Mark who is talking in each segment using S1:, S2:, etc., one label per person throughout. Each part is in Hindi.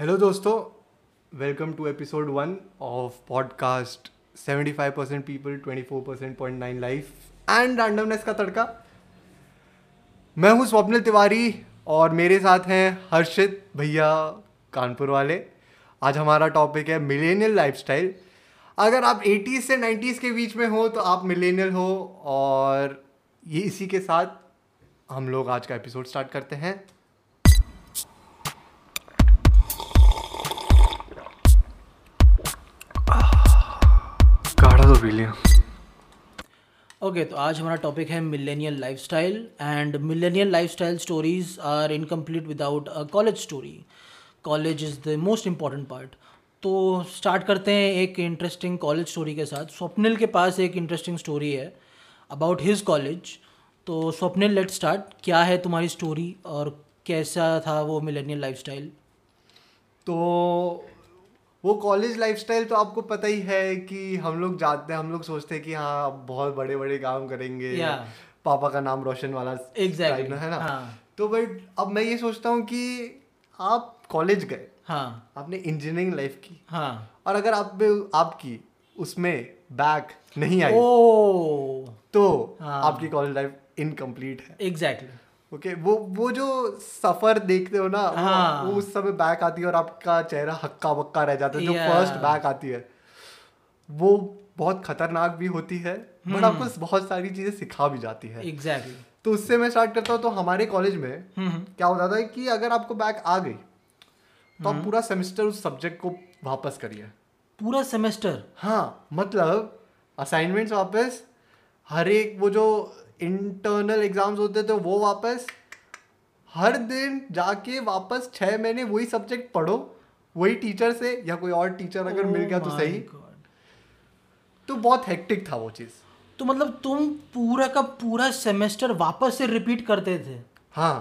S1: हेलो दोस्तों welcome to episode one of podcast 75 percent people 24 percent point nine life and randomness का तड़का मैं हूं स्वप्निल तिवारी और मेरे साथ हैं हर्षित भैया कानपुर वाले आज हमारा टॉपिक है मिलेनियल लाइफस्टाइल अगर आप 80s से 90s के बीच में हो तो आप मिलेनियल हो और ये इसी के साथ हम लोग आज का एपिसोड स्टार्ट करते हैं गाढ़ा तो पी लिया
S2: ओके तो आज हमारा टॉपिक है millennial lifestyle and millennial lifestyle stories are incomplete without a college story college is the most important part तो स्टार्ट करते हैं एक इंटरेस्टिंग कॉलेज स्टोरी के साथ स्वप्निल के पास एक इंटरेस्टिंग स्टोरी है अबाउट हिज कॉलेज तो स्वप्निल लेट स्टार्ट क्या है तुम्हारी स्टोरी और कैसा था वो मिलेनियल लाइफस्टाइल
S1: तो वो कॉलेज लाइफस्टाइल तो आपको पता ही है कि हम लोग जाते हैं हम लोग सोचते हैं कि हाँ अब बहुत बड़े बड़े काम करेंगे
S2: Yeah.
S1: पापा का नाम रोशन वाला
S2: Exactly,
S1: type ना है ना
S2: हाँ।
S1: तो बट अब मैं ये सोचता हूँ कि आप कॉलेज गए
S2: हाँ
S1: आपने इंजीनियरिंग लाइफ की
S2: हाँ
S1: और अगर आप आपकी उसमें बैक नहीं आई
S2: ओ
S1: तो
S2: हाँ।
S1: आपकी कॉलेज लाइफ इनकम्प्लीट है
S2: एग्जैक्टली
S1: ओके वो वो जो सफर देखते हो ना वो-
S2: हाँ।
S1: वो उस समय बैक आती है और आपका चेहरा हक्का बक्का रह जाता है जो
S2: Yeah.
S1: फर्स्ट बैक आती है वो बहुत खतरनाक भी होती है बट आपको
S2: Hmm।
S1: बहुत सारी चीजें सिखा भी जाती है
S2: एग्जैक्टली
S1: तो उससे मैं स्टार्ट करता हूँ तो हमारे कॉलेज में
S2: हम्म
S1: क्या होता था कि अगर आपको बैक आ गई तो
S2: Hmm।
S1: आप पूरा सेमेस्टर उस सब्जेक्ट को वापस करिए
S2: पूरा सेमेस्टर
S1: हाँ मतलब असाइनमेंट्स वापस हर एक वो जो इंटरनल एग्जाम्स होते थे वो वापस हर दिन जाके वापस छः महीने वही सब्जेक्ट पढ़ो वही टीचर से या कोई और टीचर अगर मिल गया
S2: Oh
S1: तो सही तो बहुत हेक्टिक था वो चीज़
S2: तो मतलब तुम पूरा का पूरा सेमेस्टर वापस से रिपीट करते थे
S1: हाँ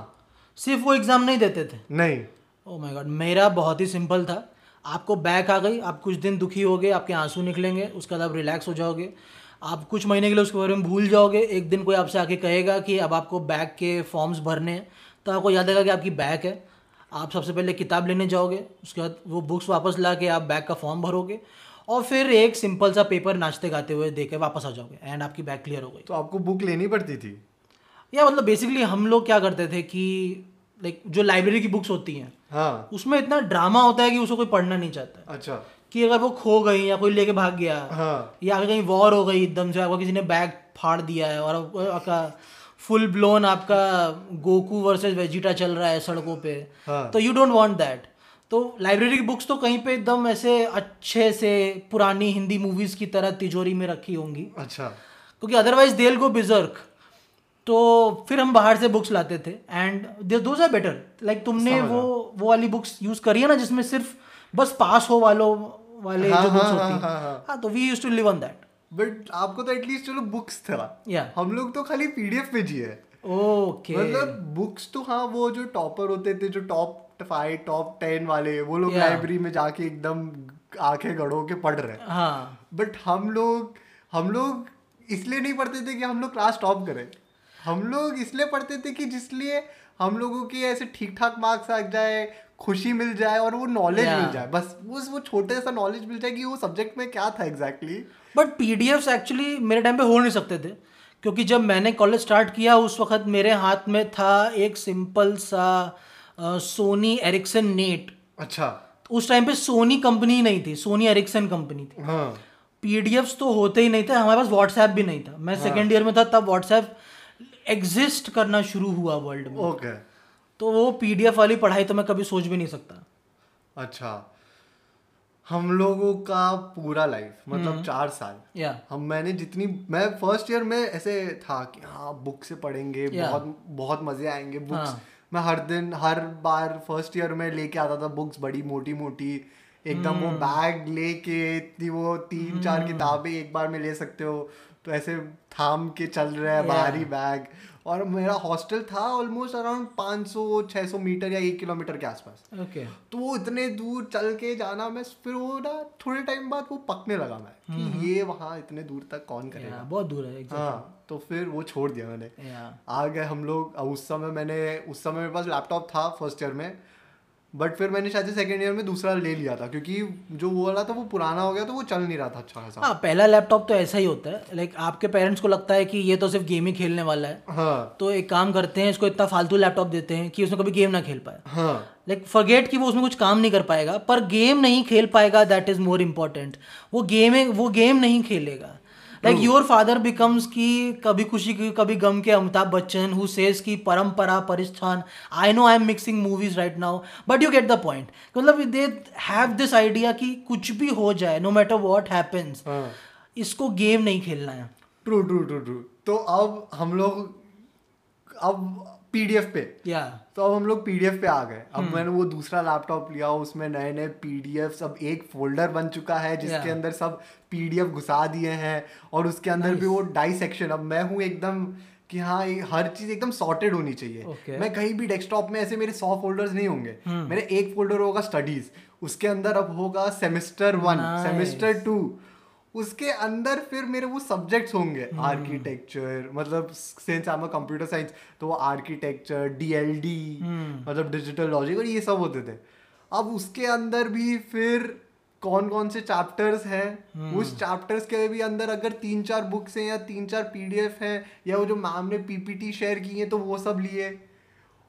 S2: सिर्फ वो एग्ज़ाम नहीं देते थे
S1: नहीं
S2: ओ माय गॉड मेरा बहुत ही सिंपल था आपको बैक आ गई आप कुछ दिन दुखी हो गए आपके आंसू निकलेंगे उसके बाद आप रिलैक्स हो जाओगे आप कुछ महीने के लिए उसके बारे में भूल जाओगे एक दिन कोई आपसे आके कहेगा कि अब आपको बैक के फॉर्म्स भरने हैं तो आपको याद आएगा कि आपकी बैक है आप सबसे पहले किताब लेने जाओगे उसके बाद वो बुक्स वापस ला के आप बैग का फॉर्म भरोगे और फिर एक सिंपल सा पेपर नाचते गाते हुए दे के वापस आ जाओगे एंड आपकी बैग क्लियर हो गई
S1: तो आपको बुक लेनी पड़ती थी
S2: या मतलब बेसिकली हम लोग क्या करते थे कि लाइक जो लाइब्रेरी की बुक्स होती हैं
S1: हाँ
S2: उसमें इतना ड्रामा होता है कि उसको कोई पढ़ना नहीं चाहता है
S1: अच्छा
S2: कि अगर वो खो गई या कोई लेके भाग गया
S1: हाँ
S2: या अगर कहीं वॉर हो गई एकदम से आपका किसी ने बैग फाड़ दिया है और आप- आपका फुल ब्लोन आपका गोकू वर्सेस वेजिटा चल रहा है सड़कों पे
S1: हाँ।
S2: तो यू डोंट वांट दैट तो लाइब्रेरी की बुक्स तो कहीं पे एकदम ऐसे अच्छे से पुरानी हिंदी मूवीज़ की तरह तिजोरी में रखी होंगी
S1: अच्छा
S2: क्योंकि अदरवाइज देल गो बिजर्क तो फिर हम बाहर से बुक्स लाते थे and those are better like तुमने
S1: समझ
S2: वो वो वाली बुक्स यूज करी है ना जिसमें सिर्फ बस पास हो वालों वाले
S1: हाँ,
S2: जो बुक्स
S1: हाँ,
S2: होती
S1: हाँ,
S2: हैं
S1: हाँ, हाँ।
S2: हाँ तो we use to live on that
S1: but आपको तो एटलीस्ट चलो बुक्स था
S2: या
S1: हम लोग तो खाली पीडीएफ पे जिए
S2: ओके
S1: मतलब बुक्स तो हाँ वो जो टॉपर होते थे जो टॉप फाइव टॉप टेन वाले वो लोग
S2: Yeah.
S1: लाइब्रेरी में जाके एकदम आंखें गड़ो के पढ़ रहे हैं
S2: हाँ
S1: बट हम लोग हम लोग इसलिए नहीं पढ़ते थे कि हम लोग क्लास टॉप करें हम लोग इसलिए पढ़ते थे कि जिसलिए हम लोगों के ऐसे ठीक ठाक मार्क्स आ जाए खुशी मिल जाए और वो नॉलेज
S2: Yeah.
S1: मिल जाए बस उस वो छोटे सा नॉलेज मिल जाए कि वो सब्जेक्ट में क्या था exactly exactly.
S2: But P actually मेरे टाइम पे हो नहीं सकते थे क्योंकि जब मैंने कॉलेज स्टार्ट किया उस वक्त मेरे हाथ में था एक सिंपल सा सोनी एरिक्सन नेट
S1: अच्छा
S2: उस टाइम पे सोनी कंपनी नहीं थी सोनी एरिक्सन कंपनी थी
S1: हाँ
S2: पीडीएफ्स तो होते ही नहीं थे हमारे पास व्हाट्सएप भी नहीं था
S1: हाँ।
S2: मैं सेकेंड ईयर में था तब व्हाट्सएप एग्जिस्ट करना शुरू हुआ वर्ल्ड में
S1: ओके okay.
S2: तो वो पीडीएफ वाली पढ़ाई तो मैं कभी सोच भी नहीं सकता
S1: अच्छा हम लोगों का पूरा लाइफ
S2: हम्म।
S1: मतलब चार साल
S2: या
S1: हम मैंने जितनी मैं फर्स्ट ईयर में ऐसे था कि हाँ बुक से पढ़ेंगे
S2: Yeah.
S1: बहुत बहुत मजे आएंगे बुक्स
S2: हाँ।
S1: मैं हर दिन हर बार फर्स्ट ईयर में लेके आता था बुक्स बड़ी मोटी मोटी एकदम
S2: हम्म।
S1: वो बैग लेके इतनी वो तीन चार किताबें एक बार में ले सकते हो तो ऐसे थाम के चल रहे हैं
S2: Yeah.
S1: भारी बैग और मेरा हॉस्टल था ऑलमोस्ट अराउंड 500 600 मीटर या एक किलोमीटर के आसपास
S2: ओके
S1: तो वो इतने दूर चल के जाना मैं फिर वो ना थोड़े टाइम बाद वो पकने लगा मैं कि ये वहाँ इतने दूर तक कौन करेगा
S2: बहुत दूर है exact-
S1: हाँ तो फिर वो छोड़ दिया मैंने
S2: yeah.
S1: आ गए हम लोग अब उस समय मैंने उस समय मेरे पास लैपटॉप था फर्स्ट ईयर में बट फिर मैंने शायद सेकेंड ईयर में दूसरा ले लिया था क्योंकि जो वो वाला था वो पुराना हो गया तो वो चल नहीं रहा था अच्छा खासा
S2: हाँ पहला लैपटॉप तो ऐसा ही होता है लाइक आपके पेरेंट्स को लगता है कि ये तो सिर्फ गेम ही खेलने वाला है
S1: हाँ
S2: तो एक काम करते हैं इसको इतना फालतू लैपटॉप देते हैं कि उसमें कभी गेम ना खेल पाए
S1: हाँ
S2: लाइक फॉरगेट कि वो उसमें कुछ काम नहीं कर पाएगा पर गेम नहीं खेल पाएगा दैट इज मोर इम्पोर्टेंट वो गेम वो गेम नहीं खेलेगा लाइक योर फादर बिकम्स कि कभी खुशी की कभी गम के अमिताभ बच्चन हु सेज की परंपरा परिष्ठान I know I am mixing movies right now but you get the point मतलब दे हैव दिस आइडिया कि कुछ भी हो जाए नो मैटर वॉट हैपन्स
S1: हाँ
S2: इसको गेम नहीं खेलना है
S1: ट्रू ट्रू ट्रू ट्रू तो अब हम लोग अब पीडीएफ पे
S2: या
S1: तो अब हम लोग पीडीएफ पे आ गए
S2: हम्म।
S1: अब मैंने वो दूसरा लैपटॉप लिया उसमें नए नए पीडीएफ अब एक फोल्डर बन चुका है जिसके
S2: Yeah.
S1: अंदर सब पीडीएफ घुसा दिए हैं और उसके अंदर भी वो डाइसेक्शन अब मैं हूँ एकदम कि हाँ ये हर चीज एकदम सॉर्टेड होनी चाहिए
S2: Okay. हम्म।
S1: मैं कहीं भी डेस्कटॉप में ऐसे मेरे सौ फोल्डर्स नहीं होंगे मेरे एक फोल्डर होगा स्टडीज उसके अंदर अब होगा semester one
S2: Nice.
S1: Semester two उसके अंदर फिर मेरे वो सब्जेक्ट्स होंगे आर्किटेक्चर मतलब since I am computer science तो वो आर्किटेक्चर डीएलडी मतलब डिजिटल लॉजिक और ये सब होते थे अब उसके अंदर भी फिर कौन कौन से चैप्टर्स हैं उस चैप्टर्स के भी अंदर अगर तीन चार बुक्स हैं या तीन चार पीडीएफ हैं या वो जो मैम ने पीपीटी शेयर की है तो वो सब लिए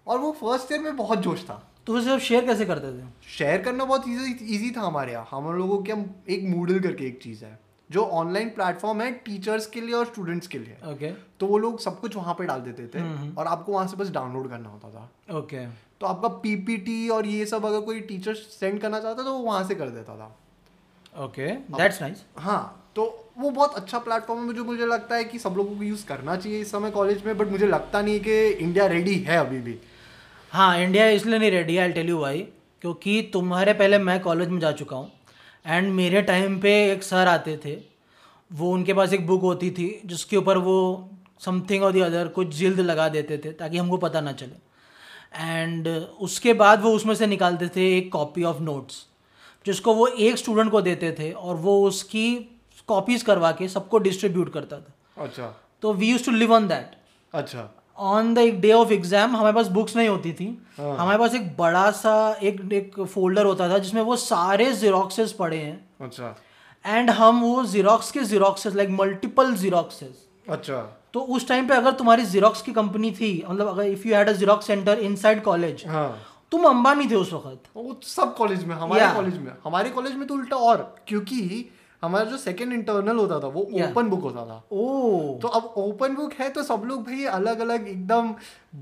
S1: और वो फर्स्ट ईयर में बहुत जोश था
S2: तो उसे आप शेयर कैसे करते थे
S1: शेयर करना बहुत इजी इजी था हमारे यहाँ हम लोगों के हम एक मूडल करके एक चीज़ है जो ऑनलाइन प्लेटफॉर्म है टीचर्स के लिए और स्टूडेंट्स के लिए
S2: ओके
S1: तो वो लोग सब कुछ वहाँ पे डाल देते थे और आपको वहाँ से बस डाउनलोड करना होता था
S2: ओके
S1: तो आपका पीपीटी और ये सब अगर कोई टीचर सेंड करना चाहता तो वो वहाँ से कर देता था
S2: ओके दैट्स नाइस
S1: हाँ तो वो बहुत अच्छा प्लेटफॉर्म है जो मुझे लगता है कि सब लोगों को यूज़ करना चाहिए इस समय कॉलेज में बट मुझे लगता नहीं है कि इंडिया रेडी है अभी भी
S2: हाँ इंडिया इसलिए नहीं रेडी आई टेल यू भाई क्योंकि तुम्हारे पहले मैं कॉलेज में जा चुका हूँ एंड मेरे टाइम पे एक सर आते थे वो उनके पास एक बुक होती थी जिसके ऊपर वो समथिंग और दी अदर कुछ जिल्द लगा देते थे ताकि हमको पता ना चले एंड उसके बाद वो उसमें से निकालते थे एक कॉपी ऑफ नोट्स जिसको वो एक स्टूडेंट को देते थे और वो उसकी कॉपीज़ करवा के सबको डिस्ट्रीब्यूट करता था
S1: अच्छा
S2: तो we use to live on that
S1: अच्छा
S2: on the day of exam हमारे पास बुक्स नहीं होती थी
S1: हाँ।
S2: हमारे पास एक बड़ा सा एक एक फोल्डर होता था जिसमें वो सारे जीरोक्सेस पड़े हैं
S1: अच्छा
S2: एंड हम वो जीरोक्स के जीरोक्सेस लाइक मल्टीपल जीरोक्सेस
S1: अच्छा
S2: तो उस टाइम पे अगर तुम्हारी जीरोक्स की कंपनी थी मतलब अगर if you had a xerox centre inside college
S1: हाँ
S2: तुम अंबानी थे उस वक्त
S1: वो तो सब कॉलेज में हमारे
S2: Yeah.
S1: कॉलेज में हमारे कॉलेज में तो उल्टा और क्योंकि हमारा जो सेकंड इंटरनल होता था वो
S2: Yeah.
S1: ओपन बुक होता था
S2: ओ
S1: तो अब ओपन बुक है तो सब लोग भाई अलग अलग एकदम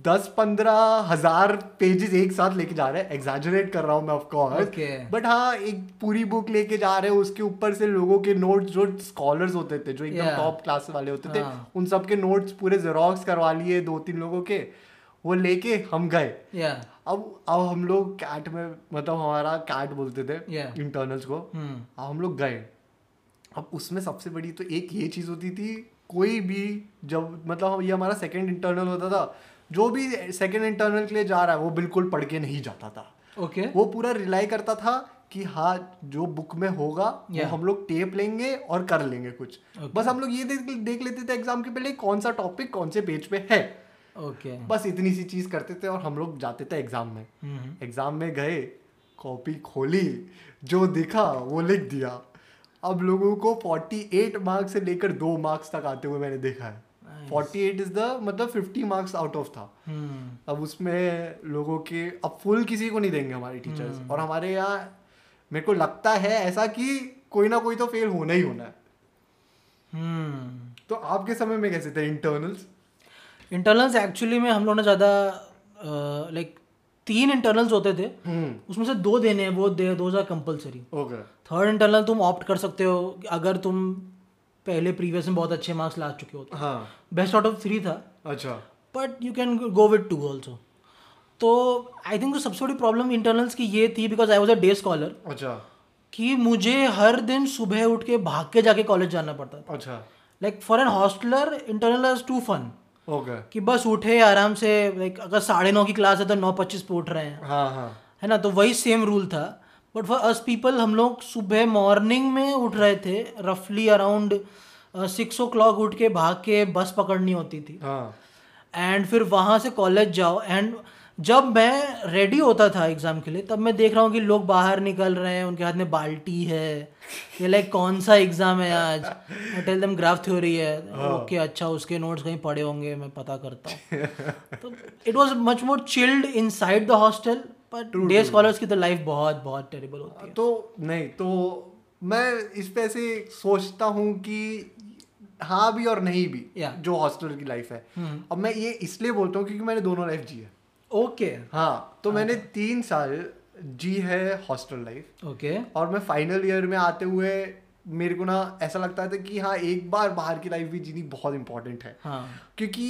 S1: दस पंद्रह हजार पेजेस एक साथ लेके जा रहे हैं एग्जैजरेट कर रहा हूँ मैं ऑफकोर्स
S2: Okay.
S1: बट हाँ एक पूरी बुक लेके जा रहे हैं उसके ऊपर से लोगों के नोट्स जो स्कॉलर्स होते थे जो एकदम
S2: Yeah.
S1: टॉप क्लास वाले होते थे
S2: हाँ.
S1: उन सब के नोट्स पूरे जेरोक्स करवा लिए दो तीन लोगों के वो लेके हम गए
S2: या
S1: अब अब हम लोग कैट में मतलब हमारा कैट बोलते थे
S2: Yeah. Hmm.
S1: इंटरनल्स को अब हम लोग गए अब उसमें सबसे बड़ी तो एक ये चीज़ होती थी कोई भी जब मतलब ये हमारा सेकंड इंटरनल होता था जो भी सेकंड इंटरनल के लिए जा रहा है वो बिल्कुल पढ़ के नहीं जाता था
S2: ओके
S1: वो पूरा रिलाई करता था कि हाँ जो बुक में होगा वो
S2: Yeah.
S1: हम लोग टेप लेंगे और कर लेंगे कुछ
S2: Okay.
S1: बस हम लोग ये देख देख लेते थे एग्जाम के पहले कौन सा टॉपिक कौन से पेज पे है
S2: Hmm. ओके
S1: बस इतनी सी चीज़ करते थे और हम लोग जाते थे एग्जाम में
S2: हम्म,
S1: एग्जाम में गए कॉपी खोली जो दिखा वो लिख दिया अब लोगों को 48 मार्क्स से लेकर दो मार्क्स तक आते हुए मैंने देखा है 48 इज द मतलब 50 मार्क्स आउट ऑफ था
S2: हम्म,
S1: अब उसमें लोगों के अब फुल किसी को नहीं देंगे हमारे टीचर्स और हमारे यहाँ मेरे को लगता है ऐसा कि कोई ना कोई तो फेल होना ही होना है
S2: हम्म।
S1: तो आपके समय में कैसे थे इंटरनल्स
S2: इंटरनल्स एक्चुअली में हम लोगों ने ज़्यादा लाइक तीन इंटरनल्स होते थे
S1: हम्म
S2: उसमें से दो देने हैं वो they those are compulsory
S1: okay
S2: third internal तुम ऑप्ट कर सकते हो अगर तुम पहले प्रीवियस में बहुत अच्छे मार्क्स ला चुके हो तो।
S1: हाँ
S2: बेस्ट आउट ऑफ थ्री था
S1: अच्छा
S2: but you can go with two also तो आई थिंक सबसे बड़ी प्रॉब्लम इंटरनल्स की ये थी because I was a day scholar
S1: अच्छा
S2: कि मुझे हर दिन सुबह उठ के भाग के जाके कॉलेज जाना पड़ता था
S1: अच्छा
S2: like for an hosteller internal to fun
S1: okay
S2: कि बस उठे आराम से लाइक अगर साढ़े नौ की क्लास है तो नौ पच्चीस पे उठ रहे हैं
S1: हाँ हाँ
S2: है ना तो वही सेम रूल था बट फॉर अस पीपल हम लोग सुबह मॉर्निंग में उठ रहे थे रफली अराउंड सिक्स ओ क्लॉक उठ के भाग के बस पकड़नी होती थी
S1: हाँ
S2: एंड फिर वहाँ से कॉलेज जाओ एंड जब मैं रेडी होता था एग्ज़ाम के लिए तब मैं देख रहा हूँ कि लोग बाहर निकल रहे हैं उनके हाथ में बाल्टी है ये लाइक कौन सा एग्ज़ाम है आज I tell them graph theory है ओके अच्छा उसके नोट्स कहीं पड़े होंगे मैं पता करता हूँ तो it was much more chilled inside the hostel but day scholars की तो लाइफ बहुत बहुत टेरिबल होती है
S1: तो नहीं तो मैं इस पे ऐसे सोचता हूँ कि हाँ भी और नहीं भी
S2: Yeah.
S1: जो हॉस्टल की लाइफ है अब मैं ये इसलिए बोलता हूँ क्योंकि मैंने दोनों लाइफ जी है
S2: ओके
S1: हाँ तो मैंने तीन साल जी है हॉस्टल लाइफ
S2: ओके
S1: और मैं फाइनल ईयर में आते हुए मेरे को ना ऐसा लगता था कि हाँ एक बार बाहर की लाइफ भी जीनी बहुत इंपॉर्टेंट है
S2: हाँ
S1: क्योंकि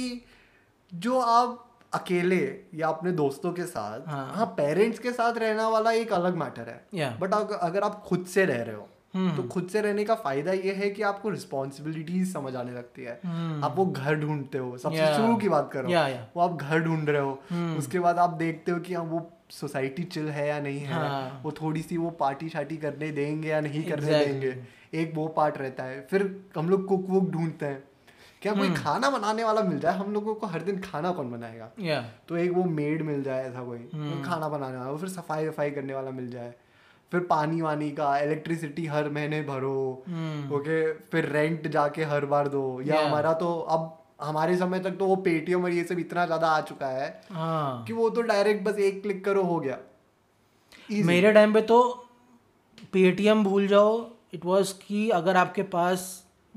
S1: जो आप अकेले या अपने दोस्तों के साथ
S2: हाँ।
S1: हाँ पेरेंट्स के साथ रहना वाला एक अलग मैटर है
S2: Yeah.
S1: बट अगर आप खुद से रह रहे हो
S2: हम्म।
S1: तो खुद से रहने का फायदा ये है कि आपको रिस्पॉन्सिबिलिटीज समझ आने लगती है
S2: हम्म।
S1: आप वो घर ढूंढते हो सबसे
S2: Yeah.
S1: शुरू की बात कर रहा
S2: Yeah,
S1: हूँ
S2: yeah.
S1: वो आप घर ढूंढ रहे हो
S2: हम्म।
S1: उसके बाद आप देखते हो कि हाँ वो सोसाइटी चिल है या नहीं है
S2: हाँ।
S1: वो थोड़ी सी वो पार्टी शार्टी करने देंगे या नहीं करने
S2: Exactly.
S1: देंगे एक वो पार्ट रहता है फिर हम लोग कुक वुक ढूंढते हैं क्या कोई
S2: हम्म।
S1: खाना बनाने वाला मिल जाए हम लोगों को हर दिन खाना कौन बनाएगा
S2: या
S1: तो एक वो मेड मिल जाए ऐसा कोई
S2: हम्म।
S1: वो खाना बनाने वाला फिर सफाई वफाई करने वाला मिल जाए फिर पानी वानी का इलेक्ट्रिसिटी हर महीने भरो ओके फिर रेंट जाके हर बार दो या
S2: हम्म। Yeah.
S1: हमारा तो अब हमारे समय तक तो वो पेटीएम और ये सब इतना ज़्यादा आ चुका है
S2: हाँ
S1: कि वो तो डायरेक्ट बस एक क्लिक करो हो गया Easy.
S2: मेरे टाइम पे तो पेटीएम भूल जाओ इट वाज कि अगर आपके पास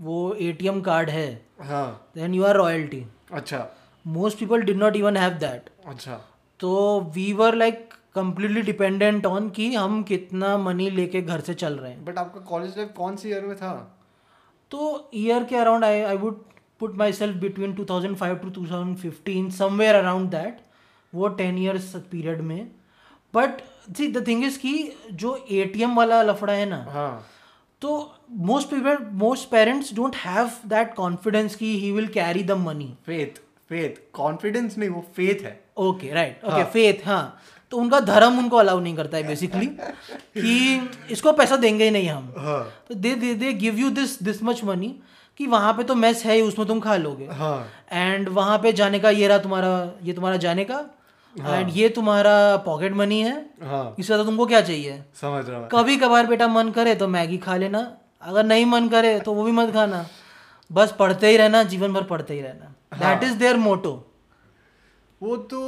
S2: वो एटीएम कार्ड है
S1: हाँ
S2: देन यू आर रॉयल्टी
S1: अच्छा
S2: most people did not even have that
S1: अच्छा
S2: तो we were like completely dependent on कि हम कितना मनी लेके घर से चल रहे हैं
S1: बट आपका कॉलेज लाइफ कौन सी ईयर में था
S2: तो ईयर के around I I would put myself between two thousand five to two thousand fifteen somewhere around that वो टेन ईयर्स पीरियड में but see the thing is कि जो ए वाला लफड़ा है ना
S1: हाँ
S2: तो most people most parents don't have that confidence कि he will carry the money
S1: faith faith confidence नहीं वो फेथ है
S2: ओके राइट ओके
S1: हाँ।
S2: फेथ हाँ तो उनका धर्म उनको अलाउ नहीं करता है बेसिकली कि इसको पैसा देंगे ही नहीं हम
S1: हाँ
S2: तो they they they give you this this much money कि वहाँ पे तो मेस है ही उसमें तुम खा लोगे
S1: हाँ
S2: एंड वहाँ पे जाने का ये रहा तुम्हारा ये तुम्हारा जाने का एंड ये तुम्हारा पॉकेट मनी है
S1: हाँ
S2: इससे ज़्यादा तुमको क्या चाहिए
S1: समझ रहा हूँ
S2: कभी कभार बेटा मन करे तो मैगी खा लेना अगर नहीं मन करे तो वो भी मत खाना बस पढ़ते ही रहना जीवन भर पढ़ते ही रहना
S1: हाँ।
S2: दैट इज देयर मोटो
S1: तो वो तो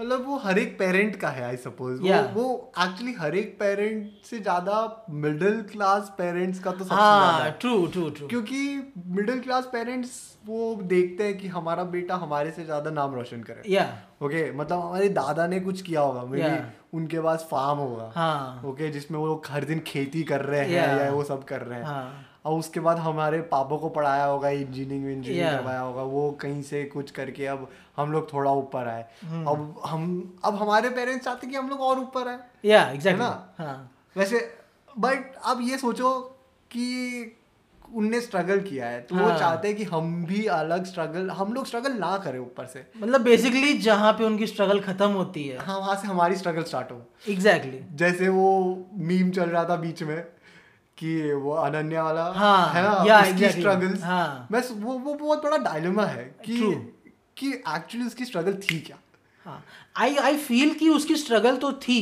S1: मतलब वो हर एक पेरेंट का है आई सपोज वो
S2: Yeah.
S1: वो एक्चुअली हर एक पेरेंट से ज्यादा मिडिल क्लास पेरेंट्स का तो सबसे ज्यादा
S2: हाँ
S1: है।
S2: ट्रू ट्रू ट्रू
S1: क्योंकि मिडिल क्लास पेरेंट्स वो देखते हैं कि हमारा बेटा हमारे से ज्यादा नाम रोशन करे
S2: या
S1: ओके मतलब हमारे दादा ने कुछ किया होगा मे
S2: Yeah.
S1: उनके पास फार्म होगा
S2: हाँ
S1: ओके जिसमें वो लोग हर दिन खेती कर रहे हैं
S2: Yeah.
S1: या वो सब कर रहे हैं
S2: हाँ
S1: और उसके बाद हमारे पापा को पढ़ाया होगा इंजीनियरिंग इंजीनियरिंग
S2: Yeah.
S1: करवाया होगा वो कहीं से कुछ करके अब हम लोग थोड़ा ऊपर आए
S2: हम्म।
S1: अब हम अब हमारे पेरेंट्स चाहते कि हम लोग और ऊपर आए
S2: या
S1: है
S2: एग्जैक्टली
S1: ना?
S2: हाँ
S1: वैसे बट अब ये सोचो कि उनने स्ट्रगल किया है तो वो
S2: हाँ।
S1: चाहते हैं कि हम भी अलग स्ट्रगल हम लोग स्ट्रगल ना करें ऊपर से
S2: मतलब बेसिकली जहाँ पे उनकी स्ट्रगल खत्म होती है
S1: हाँ वहाँ से हमारी स्ट्रगल स्टार्ट हो
S2: एग्जैक्टली
S1: जैसे वो मीम चल रहा था बीच में कि वो अनन्या वाला
S2: हाँ,
S1: है ना
S2: yeah,
S1: उसकी
S2: exactly,
S1: struggles,
S2: हाँ।
S1: मैं स- वो वो बहुत बड़ा डायलेमा है कि
S2: True.
S1: कि एक्चुअली उसकी स्ट्रगल थी क्या
S2: हाँ आई आई फील कि उसकी स्ट्रगल तो थी